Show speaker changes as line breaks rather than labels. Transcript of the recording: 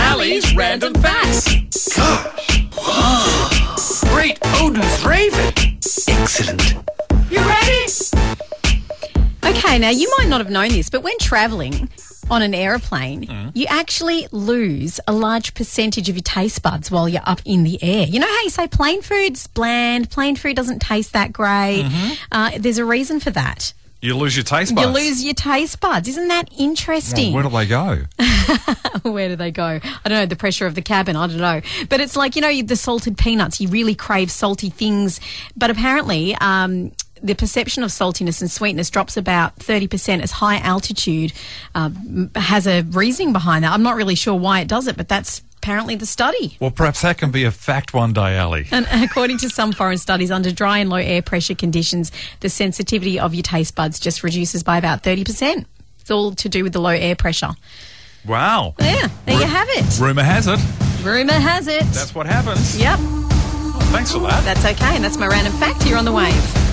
Billy's Random Facts.
Gosh. Great Odin's Raven. Excellent.
You ready?
Okay, now you might not have known this, but when traveling on an aeroplane, you actually lose a large percentage of your taste buds while you're up in the air. You know how you say plain food's bland, plain food doesn't taste that great? Uh, there's a reason for that.
You lose your taste buds.
You lose your taste buds. Isn't that
Well,
interesting?
where do they go?
Where do they go? I don't know, the pressure of the cabin, I don't know. But it's like, you know, the salted peanuts, you really crave salty things. But apparently, um, the perception of saltiness and sweetness drops about 30% as high altitude uh, m- has a reasoning behind that. I'm not really sure why it does it, but that's apparently the study.
Well, perhaps that can be a fact one day, Ali.
And according to some foreign studies, under dry and low air pressure conditions, the sensitivity of your taste buds just reduces by about 30%. It's all to do with the low air pressure.
Wow.
Yeah, there you have it.
Rumor has it
Rumor has it.
that's what happens.
Yep,
Thanks for that.
that's okay. And that's my random fact here on the wave.